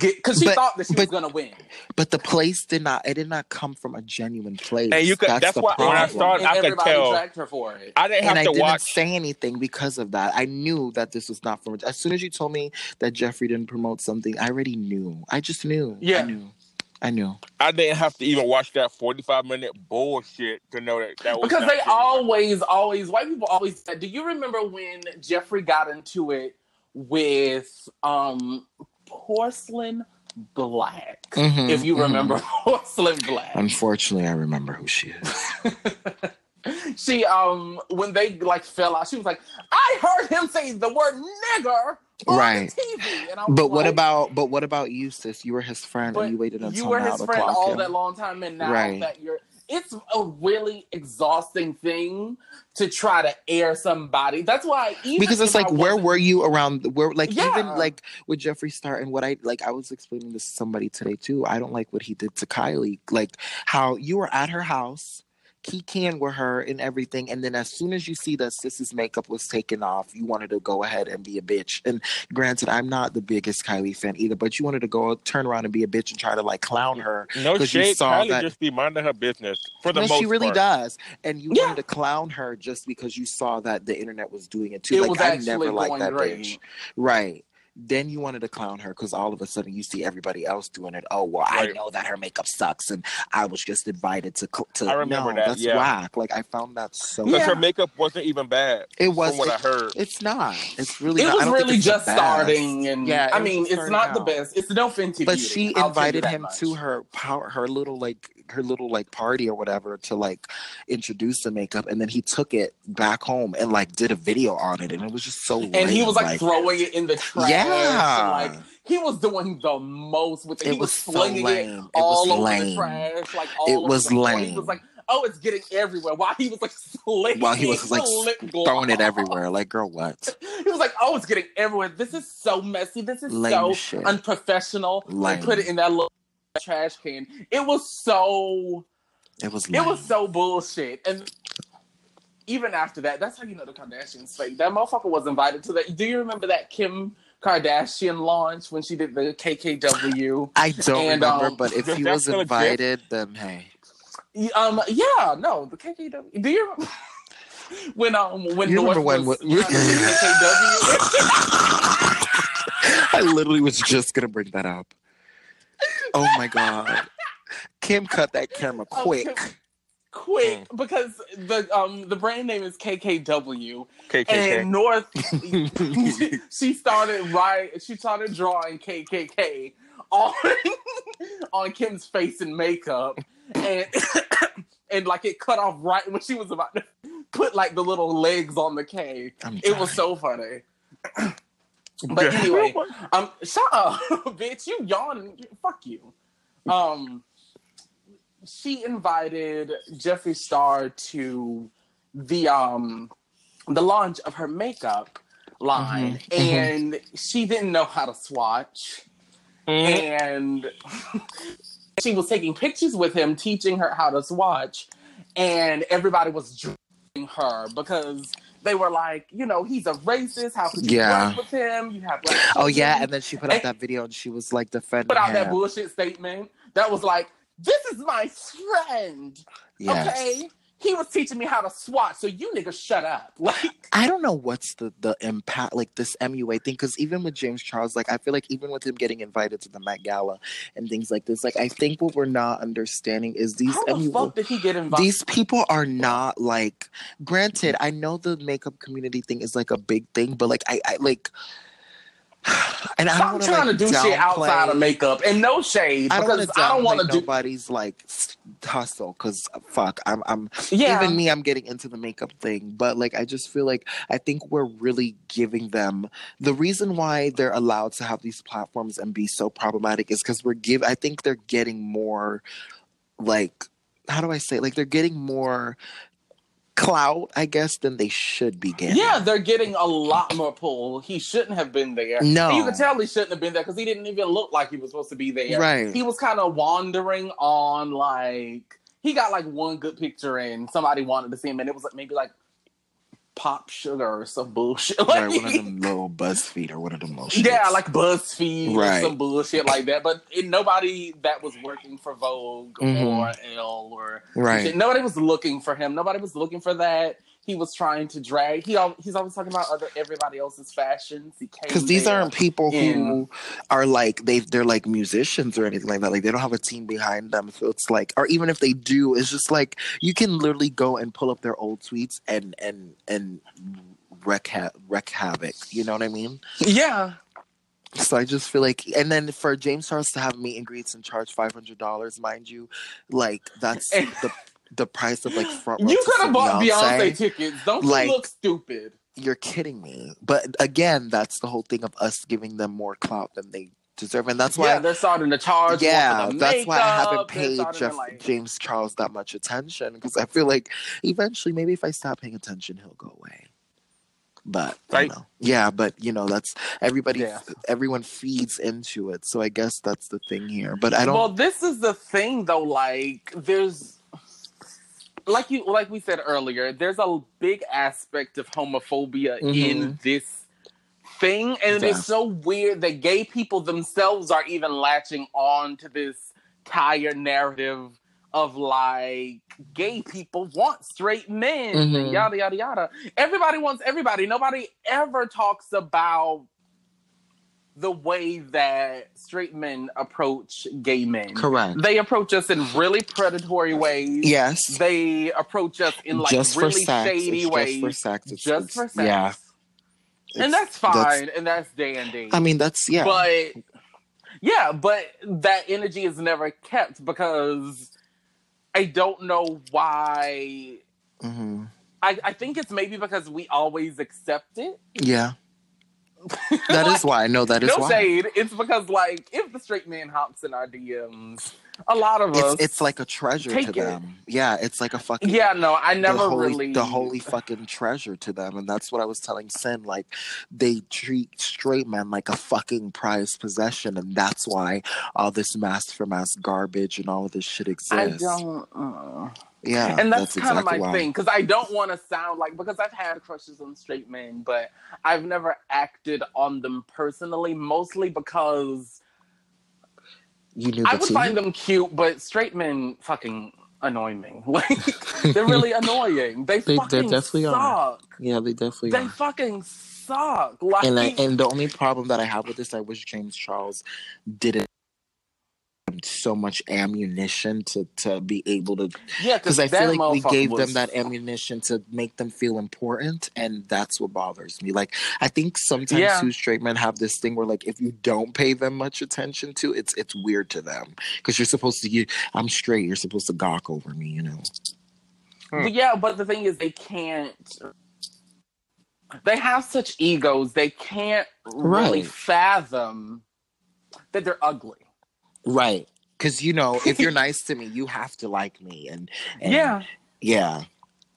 because she
But-
thought that she was
but-
gonna win.
but the place did not. It did not come from a genuine place.
And you could-
that's,
that's
the
why-
problem.
when I started-
and
I could
everybody
tell.
dragged her for it.
I didn't have
and I
to
didn't
watch.
say anything because of that. I knew that this was not from. As soon as you told me that Jeffrey didn't promote something, I already knew. I just knew.
Yeah.
I knew. I knew.
I didn't have to even watch that forty-five minute bullshit to know that that was
because
not
they
genuine.
always, always, white people always said, Do you remember when Jeffrey got into it with um porcelain black?
Mm-hmm,
Mhm,
If you
mhm.
remember porcelain black.
Unfortunately, I remember who she is.
she um when they like fell out, she was like, I heard him say the word nigger on
Right.
the TV. And I was
But what
like,
about but what about you, sis? You were his friend
But
and you waited until
you were
now
his
to
friend
clock
all
him.
that long time, and now
Right.
that you're, it's a really exhausting thing to try to air somebody. That's why even
because it's
if I
like where
wasn't-
were you around where like even
Yeah.
like with Jeffree Star and what I like I was explaining this to somebody today too. I don't like what he did to Kylie. Like how you were at her house, kikiing with her and everything, and then as soon as you see that sis's makeup was taken off, you wanted to go ahead and be a bitch. And granted, I'm not the biggest Kylie fan either, but you wanted to go turn around and be a bitch and try to like clown her.
No
'Cause you
shade.
saw
Kylie
that-
just be minding her business for the
No,
most
she really
part.
does, and you
Yeah.
wanted to clown her just because you saw that the internet was doing it too.
It
like
was
I
actually
never liked
going
that
great.
bitch. Right. Then you wanted to clown her because all of a sudden you see everybody else doing it. Oh well, I
Right.
know that her makeup sucks, and I was just invited to. cl- to
I remember
no,
that,
That's
yeah.
whack. Like I found that so.
Because
Yeah.
her makeup wasn't even bad.
It was.
from what I heard.
It's not. It's really.
It
not. I
was
don't think
really
it's the
just
best.
starting, and
Yeah,
yeah,
it
I
was
mean,
just
it's
starting
not the
out.
best. It's no fin to
But
beauty.
she
I'll tell you
invited
that
him
much.
to her power, her little like her little like party or whatever to like introduce the makeup, and then he took it back home and like did a video on it, and it was just so.
and he
lame,
was like, throwing it in the trash.
Yeah.
and, like he was doing the most with it.
It
he was,
was so
flinging
lame. It
it
was
all over
lame.
the trash. Like all
It
over
was
the floor. He
lame.
was like, oh, it's getting everywhere. While he was like slinging,
While he was, like,
lip gloss.
throwing it everywhere. Like, girl, what?
He was like, oh, it's getting everywhere. This is so messy. This is
Lame
so
shit.
unprofessional.
Lame.
And put it in that little trash can. It was so.
It was.
It
lame.
was so bullshit. And even after that, that's how you know the Kardashians fake. That motherfucker was invited to that. Do you remember that Kim Kardashian launch when she did the KKW?
I don't
and,
remember,
um,
but if
does
he
that
was
still exist?
invited, then hey,
Um, yeah, no, the KKW. Do you remember when um when
You
North
remember when-
was trying to do KKW?
I literally was just gonna bring that up. Oh my god, Kim cut that camera
Oh,
quick.
Kim- Quick,
Mm.
because the um the brand name is KKW,
KKK.
and North she, she started right. She started drawing KKK on on Kim's face and makeup, and and like it cut off right when she was about to put like the little legs on the K.
I'm
It was
dying.
so funny. But anyway, um, shut up, bitch. You yawning. Fuck you. Um, she invited Jeffree Star to the um the launch of her makeup line,
Mhm, mhm.
and she didn't know how to swatch,
Mm.
and she was taking pictures with him, teaching her how to swatch, and everybody was drilling her because. They were like, you know, he's a racist. How could you
Yeah.
work with him? You have black
Oh yeah,
children."
and then she put out that video and she was like defending
Mm-hmm. put out
him.
that bullshit statement that was like, "This is my friend,
Yes.
okay? He was teaching me how to swat, so you niggas shut up." Like,
I don't know what's the the impact like this MUA thing because even with James Charles, like I feel like even with him getting invited to the Met Gala and things like this, like I think what we're not understanding is these
how the
MUA
fuck did he get involved?
these people are not like granted i know the makeup community thing is like a big thing but like i, I like and i don't
Stop
wanna,
trying
like,
to do shit
downplay-
outside of makeup and no shade
I don't
because
wanna
I don't want
downplay
to do.
nobody's like s- hustle because fuck i'm i'm
Yeah,
even me i'm getting into the makeup thing but like i just feel like i think we're really giving them the reason why they're allowed to have these platforms and be so problematic is because we're give i think they're getting more like how do i say it? like they're getting more clout i guess than they should be getting
yeah, they're getting a lot more pull. He shouldn't have been there.
No.
And you could tell he shouldn't have been there because he didn't even look like he was supposed to be there.
right
he was kind of wandering on like he got like one good picture and somebody wanted to see him and it was like maybe like pop sugar or some bullshit
right
like
one of them little buzzfeed or one of them little shits.
yeah like buzzfeed
Right.
or some bullshit like that but it, nobody that was working for vogue
Mhm.
or l or
right
shit, nobody was looking for him nobody was looking for that he was trying to drag he al- he's always talking about other everybody else's fashions he came
because these
there.
aren't people
in-
who are like they they're like musicians or anything like that. Like they don't have a team behind them, so it's like, or even if they do, it's just like you can literally go and pull up their old tweets and and and wreck ha- wreck havoc. You know what I mean?
yeah
So I just feel like, and then for James Charles to have meet and greets and charge five hundred dollars, mind you, like that's
And-
the the price of like front row
you
to
could
see
have bought
Beyonce.
Beyonce tickets. Don't
Like-
you look stupid?
you're kidding me. But again, that's the whole thing of us giving them more clout than they deserve, and that's why
yeah, they're starting to charge. more
yeah,
for the
that's why I haven't
makeup. They're
paid
starting to,
Jeff
like-
James Charles that much attention because I feel like eventually, maybe if I stop paying attention, he'll go away. But you
Right.
know. yeah, but you know, that's everybody.
Yeah.
Everyone feeds into it, so I guess that's the thing here. But I don't.
Well, this is the thing though. Like, there's like you like we said earlier. There's a big aspect of homophobia
Mm-hmm.
in this thing, and
Yeah.
it's so weird that gay people themselves are even latching on to this tired narrative of like gay people want straight men and
Mhm.
yada yada yada. Everybody wants everybody. Nobody ever talks about the way that straight men approach gay men.
correct.
They approach us in really predatory ways.
Yes.
They approach us in like
just
really
for sex.
shady
it's
ways.
Just for sex. It's,
just
it's-
for sex.
Yeah.
and
It's-
that's fine. and that's dandy.
I mean, that's yeah.
But yeah, but that energy is never kept because I don't know why.
hmm
I, I think it's maybe because we always accept it.
Yeah. That is why. No, that is
no
why.
shade. It's because like if the straight man hops in our DMs, a lot of us
It's it's like a treasure
Take
to
it.
them. Yeah, it's like a fucking
Yeah, no, I never
the holy,
really
the holy fucking treasure to them, and that's what I was telling Sin. Like, they treat straight men like a fucking prized possession, and that's why all this mass for mass garbage and all of this shit exists.
I don't uh,
Yeah,
and that's, kind of
Ah, exactly
my
why.
thing because I don't want to sound like because I've had crushes on straight men, but I've never acted on them personally, mostly because
You knew the
I would
tea?
find them cute, but straight men fucking annoy me. Like they're really annoying. They,
They- they
fucking
definitely
suck.
are. Yeah, they definitely.
They
are.
fucking suck. Like
and I, and the only problem that I have with this, I wish James Charles didn't have so much ammunition to to be able to
yeah,
because I feel
that
like we
motherfucker
gave
was
them that ammunition to make them feel important, and that's what bothers me. Like I think sometimes
Yeah.
two straight men have this thing where like if you don't pay them much attention to, it's it's weird to them because you're supposed to. You, I'm straight. You're supposed to gawk over me, you know.
But
Hmm.
yeah, but the thing is, they can't. They have such egos, they can't really
Right.
fathom that they're ugly.
Right. Because you know, if you're nice to me, you have to like me, and, and
Yeah,
yeah.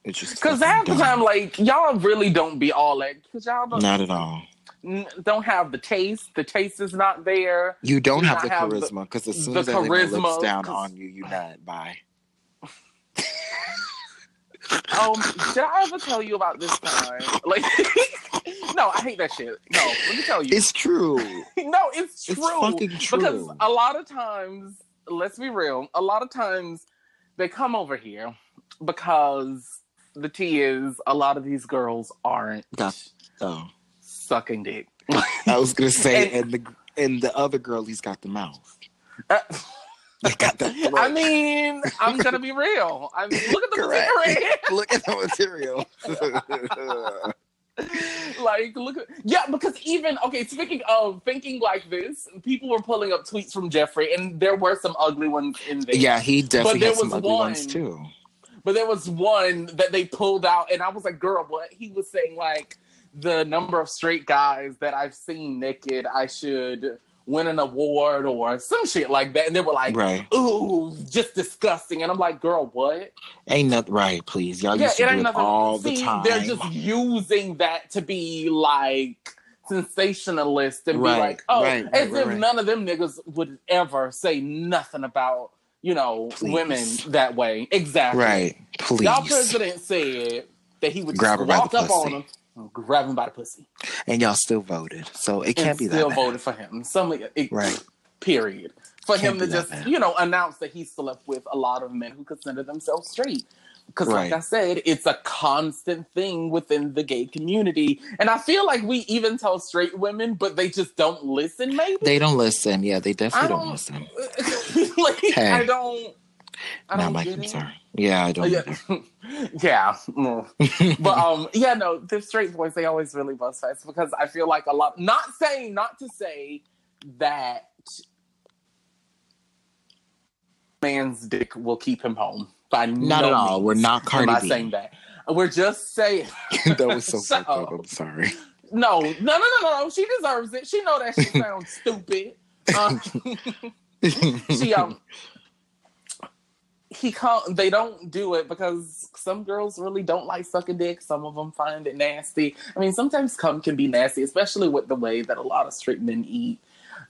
It's just
because
fucking
half the
dumb.
time, like y'all really don't be all that. Because y'all don't,
Not at all.
n- don't have the taste. The taste is not there.
You don't
Do
have
not
the
have the-
charisma because as soon
the
as I lay my lips
charisma,
down
'cause-
on you, you nut. Bye.
Um, did I ever tell you about this time? Like, no, I hate that shit. No, let me tell you.
It's true.
no, it's true.
It's fucking true.
Because a lot of times, let's be real, a lot of times they come over here because the tea is a lot of these girls aren't
Got- Oh,
sucking dick.
I was gonna say,
And-
and, the and the other girl, he's got the mouth.
Uh,
They got that. Throat.
I mean, I'm gonna be real. I mean, look at the
Correct.
material.
look at the material.
like look at yeah because even okay speaking of thinking like this people were pulling up tweets from jeffrey and there were some ugly ones in there
yeah, he definitely
there
has some
was
ugly ones
one-
too.
But there was one that they pulled out, and I was like, "Girl, what?" He was saying like the number of straight guys that I've seen naked, I should win an award or some shit like that. And they were like,
Right.
"Ooh, just disgusting." And I'm like, "Girl, what?"
Ain't nothing right, please. Y'all used to do it all the
See,
time.
They're just using that to be like sensationalist and be
Right,
like, "Oh,"
right, right,
as
right,
if
right.
none of them niggas would ever say nothing about you know
Please.
women that way. Exactly.
right,
Y'all
please.
president said that he would
Grab her
just
by
walk
the
up on
pussy.
him, and grab him by the pussy,
And y'all still voted, so it
and
can't be that.
still
bad.
voted for him. Some it,
Right.
period for
Can't
him
be
to
that
just
bad.
you know announce that he slept with a lot of men who consider themselves straight. Because, like
Right.
I said, it's a constant thing within the gay community, and I feel like we even tell straight women, but they just don't listen. Maybe
They don't listen. Yeah, they
I
definitely don't,
don't.
listen.
like
Hey.
I don't. I
Not
don't
my
get it. Oh,
concern. Oh, Yeah, I don't.
yeah,
either.
yeah. mm. but um, yeah, no, the straight boys they always really bust fights because I feel like a lot. Not saying, not to say that man's dick will keep him home. By
Not
no
at all.
means
We're not Cardi
am I
B.
saying that. We're just saying.
that was so
So-
fucked up. I'm sorry.
No, no, no, no, no, no. She deserves it. She know that she sounds stupid. Um, she um. He can't. They don't do it because some girls really don't like sucking dick. Some of them find it nasty. I mean, sometimes cum can be nasty, especially with the way that a lot of straight men eat.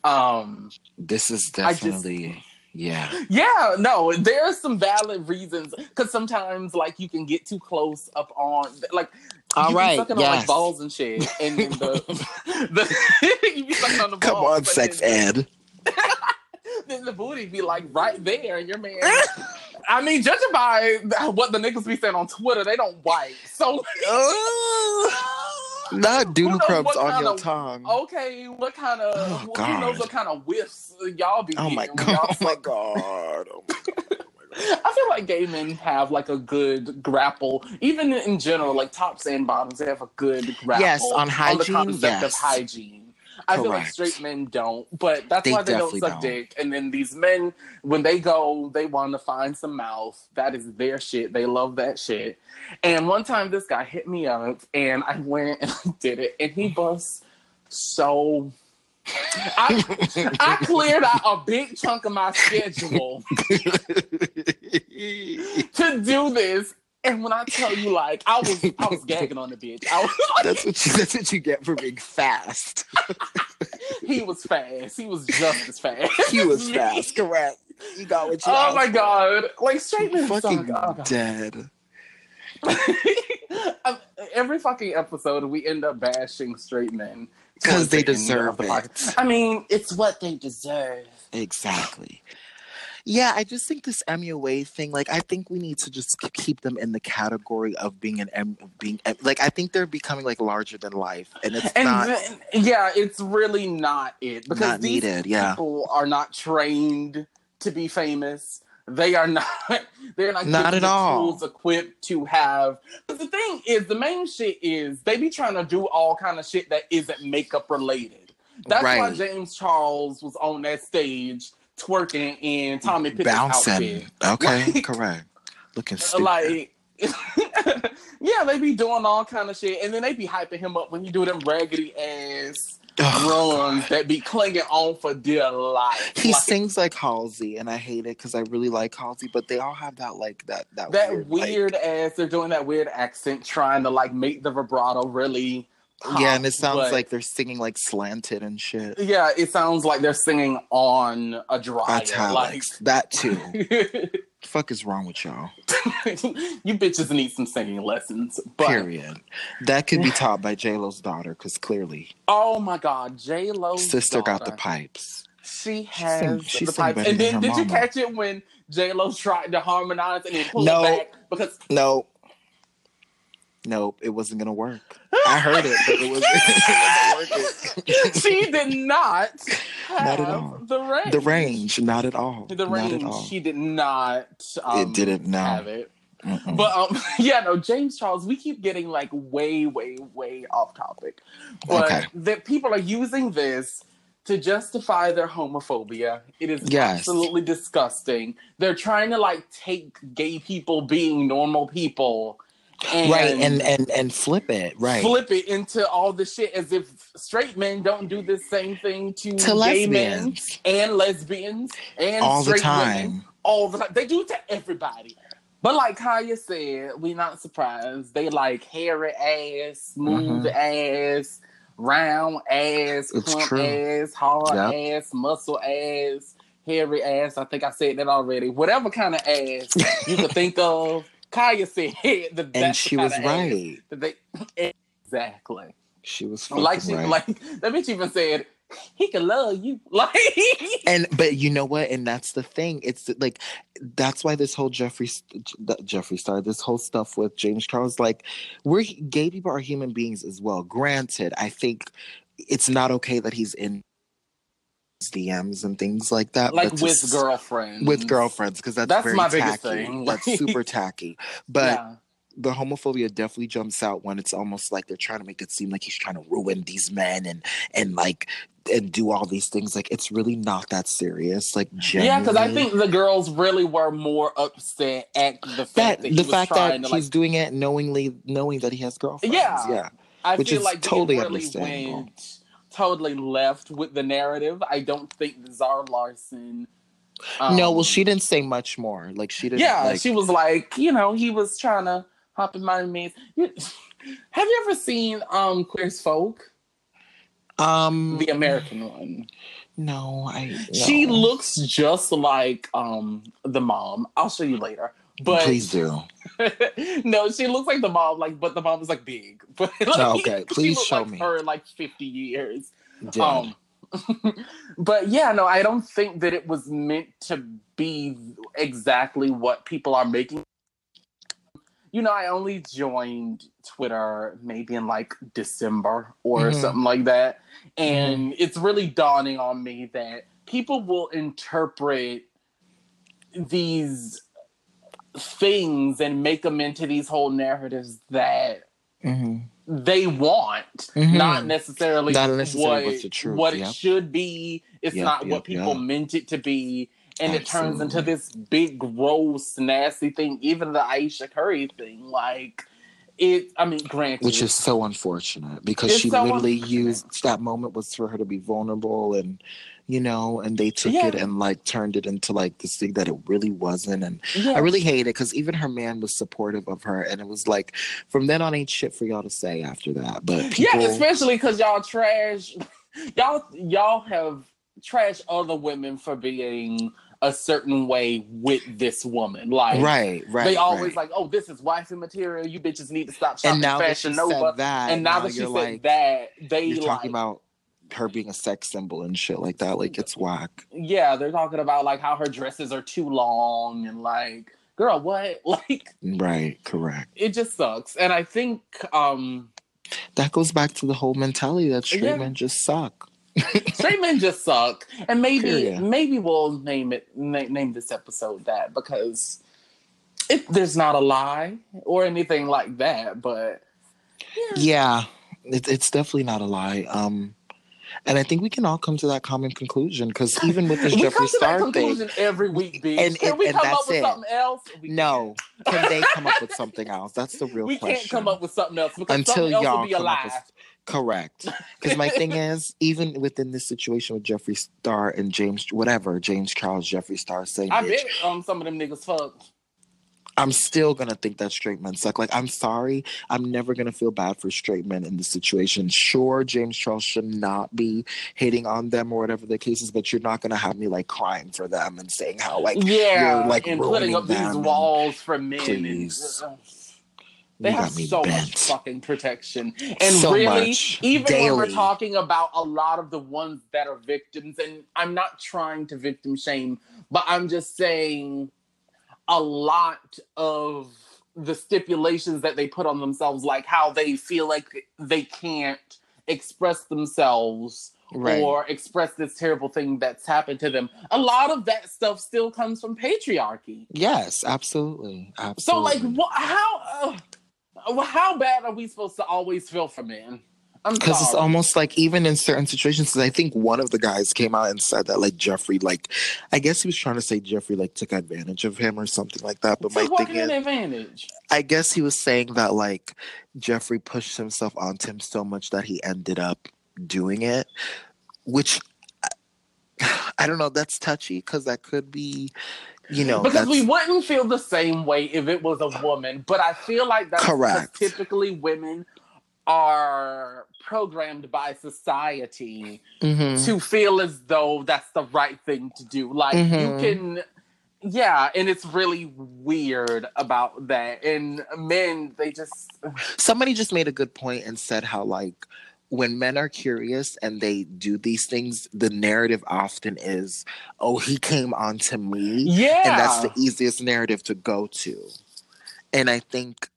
Um,
this is
I just-
definitely yeah.
yeah, no, there are some valid reasons because sometimes, like, you can get too close up on, like,
All
you
right,
be sucking on like
yes.
balls and shit, and then the, the you be sucking on the
Come
balls,
on,
but
sex
then,
ed.
then the booty be like right there, and your man. I mean, judging by what the niggas be saying on Twitter, they don't wipe. So Oh,
Not doodle
knows
crumbs
what
on
kind
your
of-
tongue. Oh,
okay, what kind of
Oh,
who knows
God.
what kind of whiffs y'all be?
my
getting when
god.
y'all
Oh my god. Oh my god.
I feel like gay men have like a good grapple, even in general, like tops and bottoms, they have a good grapple.
Yes, on hygiene,
the concept of
yes.
hygiene. I feel like
Correct.
straight men don't, but that's
They
why they don't
definitely
suck
don't.
dick. And then these men, when they go, they want to find some mouth. That is their shit. They love that shit. And one time, this guy hit me up, and I went and I did it, and he busts so. I, I cleared out a big chunk of my schedule to do this. And when I tell you, like, I was, I was gagging on the bitch. I was like,
that's what you, that's what you get for being fast.
he was fast. He was just as fast.
He was
Me.
fast, correct. You got what you
Oh
asked
my
for.
god! Like straight men suck.
Fucking
Oh, God.
dead.
Um, Every fucking episode, we end up bashing straight men
'Cause they
towards the end
deserve
of the
it.
podcast. I mean, it's what they deserve.
Exactly. Yeah, I just think this MUA thing, like, I think we need to just k- keep them in the category of being an M, of being eh, like, I think they're becoming like larger than life, and it's
And
not
then, yeah, it's really not it because
not
these
needed. Yeah,
people are not trained to be famous. They are not. They're not.
Not
given
at
the
all.
Tools equipped to have. But the thing is, the main shit is they be trying to do all kind of shit that isn't makeup related. That's why
Right.
James Charles was on that stage twerking in Tommy Pickett's outfit.
bouncing. Okay,
Like-
correct. Looking stupid.
Like. yeah, they be doing all kind of shit, and then they be hyping him up when he do them raggedy ass
Ugh.
runs that be clinging on for dear life.
He
Like-
sings like Halsey, and I hate it because I really like Halsey, but they all have that like that that,
that
weird,
weird,
like-
ass they're doing that weird accent trying to like make the vibrato really pop,
yeah, and it sounds
but-
like they're singing like slanted and shit.
yeah it sounds like they're singing on a dryer like
Italics, that too.
you
Fuck is wrong with y'all?
bitches need some singing lessons but
Period. That could be taught by J Lo's daughter, because clearly
oh my god j lo
sister got the pipes.
she has
sing- she
the
sing
pipes
better
and then
than
did
her
you
mama.
catch it when j lo tried to harmonize and then pulled
No.
back because
No, no, it wasn't gonna work. I heard it, but it was it wasn't working.
she did not have
Not at all.
the range
The range, not at all.
the
not
range
at all.
she did not um,
didn't, no.
have it
Mm-mm.
But um, yeah, no, James Charles, we keep getting like way, way, way off topic. But
Okay.
that people are using this to justify their homophobia. It is
Yes.
absolutely disgusting. They're trying to like take gay people being normal people and,
right, and and and flip it. Right.
flip it into all the shit as if straight men don't do this same thing to,
to
gay men
lesbians
and lesbians and
all the
straight
time.
women all the time. They do it to everybody. But like Kaya said, we not surprised. They like hairy ass, smooth ass, round ass,
Mm-hmm. It's
plump
true.
ass, hard
Yep.
ass, muscle ass, hairy ass. I think I said that already. Whatever kind of ass you could think of, Kaya said the
And
that's the
she was
kinda ass
right.
that they- exactly.
She was fucking
Like she
Oh, right.
like that bitch even said he can love you. Like
and but you know what and that's the thing it's like that's why this whole jeffrey St- J- that jeffrey star this whole stuff with james charles like we're gay people are human beings as well granted i think it's not okay that he's in dms and things like that
like
but
with
just-
girlfriends.
with girlfriends because that's,
That's
very
my biggest
tacky
thing.
that's super tacky but
Yeah.
the homophobia definitely jumps out when it's almost like they're trying to make it seem like he's trying to ruin these men and and like and do all these things. Like it's really not that serious. Like
Yeah, because I
genuinely-
think the girls really were more upset at the fact that,
that
he
the
was
fact that
trying to like.
he's doing it knowingly, knowing that he has girlfriends.
Yeah.
yeah.
I
which
feel
is
like they
totally
really
understandable.
went totally left with the narrative. I don't think Zara Larson.
no,
um,
well, she didn't say much more. Like she didn't.
Yeah,
like,
she was like, you know, he was trying to hop in my man. You- Have you ever seen um Queer's Folk,
um,
the American one?
no, I.
She
no.
looks just like um the mom. I'll show you later. But um,
Please do.
no, she looks like the mom, like, but the mom is like big. But like,
Oh, okay.
she
Please
looked
show
like
me.
her in, like fifty years.
Yeah.
Um, but yeah, no, I don't think that it was meant to be exactly what people are making. You know, I only joined Twitter maybe in like December or
Mhm.
something like that. And it's really dawning on me that people will interpret these things and make them into these whole narratives that
Mhm.
they want,
Mhm.
not necessarily,
Not necessarily
what,
what's the truth,
what
yep.
it should be. It's
Yep,
not what
yep,
people
yep.
meant it to be. And it turns into
Absolutely.
this big, gross, nasty thing. Even the Aisha Curry thing, like it. I mean, granted,
Which is so unfortunate because
It's
she
so
literally
unfortunate.
used that moment was for her to be vulnerable and, you know, and they took
Yeah.
it and like turned it into like this thing that it really wasn't. And
yeah,
I really hate it because even her man was supportive of her. And it was like, from then on, ain't shit for y'all to say after that. But people,
yeah, especially because y'all trash, y'all y'all have trashed other women for being a certain way with this woman, like
right, right.
they always
right.
like, oh, this is wifey material. You bitches need to stop shopping
and now that she
Fashion Nova.
said that,
and now, that she
you're
said
like,
that, they
you're
like,
talking about her being a sex symbol and shit like that. Like it's whack.
yeah, they're talking about like how her dresses are too long and like, girl, what? Like,
Right, correct.
it just sucks. And I think, um,
That goes back to the whole mentality that straight
Yeah.
men just suck.
straight men just suck. And maybe,
Period.
maybe we'll name it, na- name this episode that because it, there's not a lie or anything like that, but
Yeah, it, it's definitely not a lie. Um, and I think we can all come to that common conclusion because even with this
we
Jeffree
come to that
Star thing,
conclusion every week, bitch.
And-
Can
and-
we
and
come up
that's
with
it.
something else? We
no, can they come up with something else? That's the real
we
question.
can't come up with something else because
until
something else
y'all
will be
come up
alive.
with Correct. Because my thing is, even within this situation with Jeffree Star and James, whatever James Charles, Jeffree Star saying,
I bet um some of them niggas fucked.
I'm still gonna think that straight men suck. Like, I'm sorry, I'm never gonna feel bad for straight men in this situation. Sure, James Charles should not be hating on them or whatever the case is, but you're not gonna have me like crying for them and saying how like
yeah,
you're, like,
and putting
ruining
up
them
these
and-
walls for men. And,
Please.
uh, they
you
have
got me
so
bent.
much fucking protection, and
So
really,
much.
even when we're
Daily.
talking about a lot of the ones that are victims, and I'm not trying to victim shame, but I'm just saying a lot of the stipulations that they put on themselves, like how they feel like they can't express themselves
right.
or express this terrible thing that's happened to them. A lot of that stuff still comes from patriarchy.
yes, absolutely, absolutely.
So, like, wha- how uh, well, how bad are we supposed to always feel for men? I'm
because
sorry.
it's almost like even in certain situations 'cause i think one of the guys came out and said that like jeffrey like i guess he was trying to say jeffrey like took advantage of him or something like that but
Take
my
what
thing
kind of
is
advantage?
i guess he was saying that like jeffrey pushed himself onto him so much that he ended up doing it which I- i don't know that's touchy because that could be you know
because
that's-
we wouldn't feel the same way if it was a woman. But I feel like that's 'cause
Correct.
typically women are programmed by society
Mhm.
to feel as though that's the right thing to do. Like
Mhm.
you can, yeah, and it's really weird about that. And men, they just
somebody just made a good point and said how like when men are curious and they do these things the narrative often is oh he came on to me
yeah,
and that's the easiest narrative to go to and i think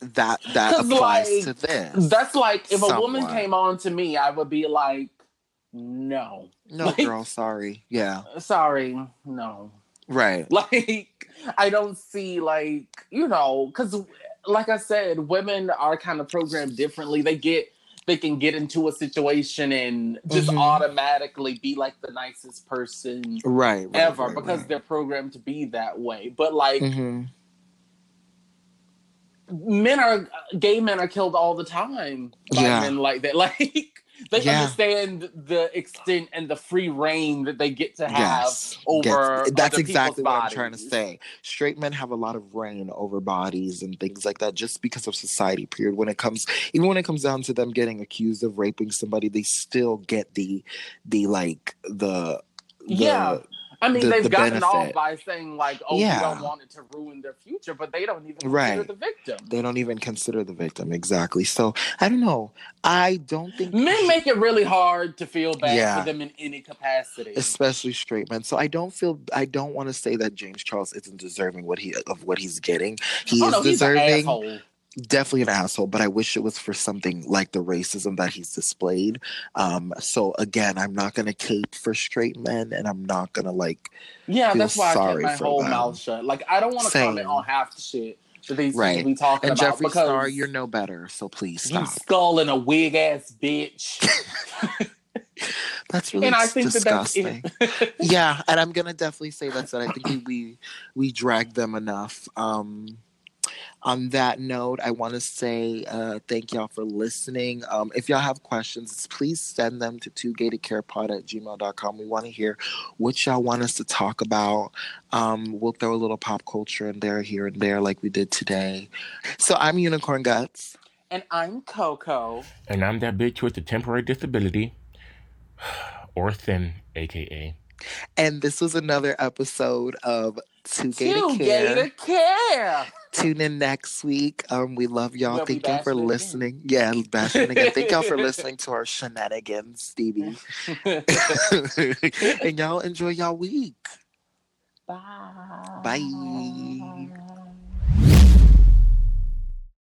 that that
'Cause,
applies
like,
to this
that's like if a woman
Somewhat.
came on to me, I would be like, no,
no
like-
girl sorry yeah
sorry, no.
right
like i don't see like you know because like I said, women are kind of programmed differently. They get they can get into a situation and just
Mhm.
automatically be like the nicest person
Right. right,
ever
right,
because
right.
they're programmed to be that way. But like
Mhm.
men are gay men are killed all the time by
Yeah.
men like that. Like they
Yeah.
understand the extent and the free reign that they get to have
Yes.
over
Yes. That's
other
exactly
people's
what I'm trying to
bodies.
say. Straight men have a lot of reign over bodies and things like that just because of society, period. When it comes even when it comes down to them getting accused of raping somebody, they still get the the like the, the
Yeah. I mean,
the-
they've
the
gotten off
benefit.
by saying like, "Oh,
Yeah.
we don't want it to ruin their future," but they don't even consider
Right.
the victim.
they don't even consider the victim exactly. So I don't know. I don't think
Men make it really hard to feel bad
Yeah.
for them in any capacity.
especially straight men. So I don't feel I don't want to say that James Charles isn't deserving what he of what he's getting. He
oh
is
no, he's an
deserving,
asshole.
definitely an asshole. But I wish it was for something like the racism that he's displayed. Um, so again, I'm not gonna cape for straight men, and I'm not gonna like
Yeah,
feel
that's why I kept
sorry
my
for
whole
them.
mouth shut. Like, I don't want to
Same.
comment on half the shit that these
Right.
people be talking
and
about
Jeffree
because
Star. You're no better, so please
you
stop.
skull and a wig ass bitch.
That's really
And I think that that's
disgusting. yeah, and I'm gonna definitely say that's it. I think we we, we dragged them enough. Um, on that note, I want to say uh, thank y'all for listening. Um, if y'all have questions, please send them to two gatedcarepod at gmail.com. We want to hear what y'all want us to talk about. Um, we'll throw a little pop culture in there, here and there, like we did today. So I'm Unicorn Guts.
and I'm Coco.
And I'm that bitch with a temporary disability, or thin, aka.
And this was another episode of Two Gated
You
Care.
gay to care.
tune in next week. Um, we love y'all.
We'll be
Thank y'all for
bashing it again.
listening. Yeah, bashing it again. Thank y'all for listening to our shenanigans, Stevie. and y'all enjoy y'all week.
Bye.
Bye.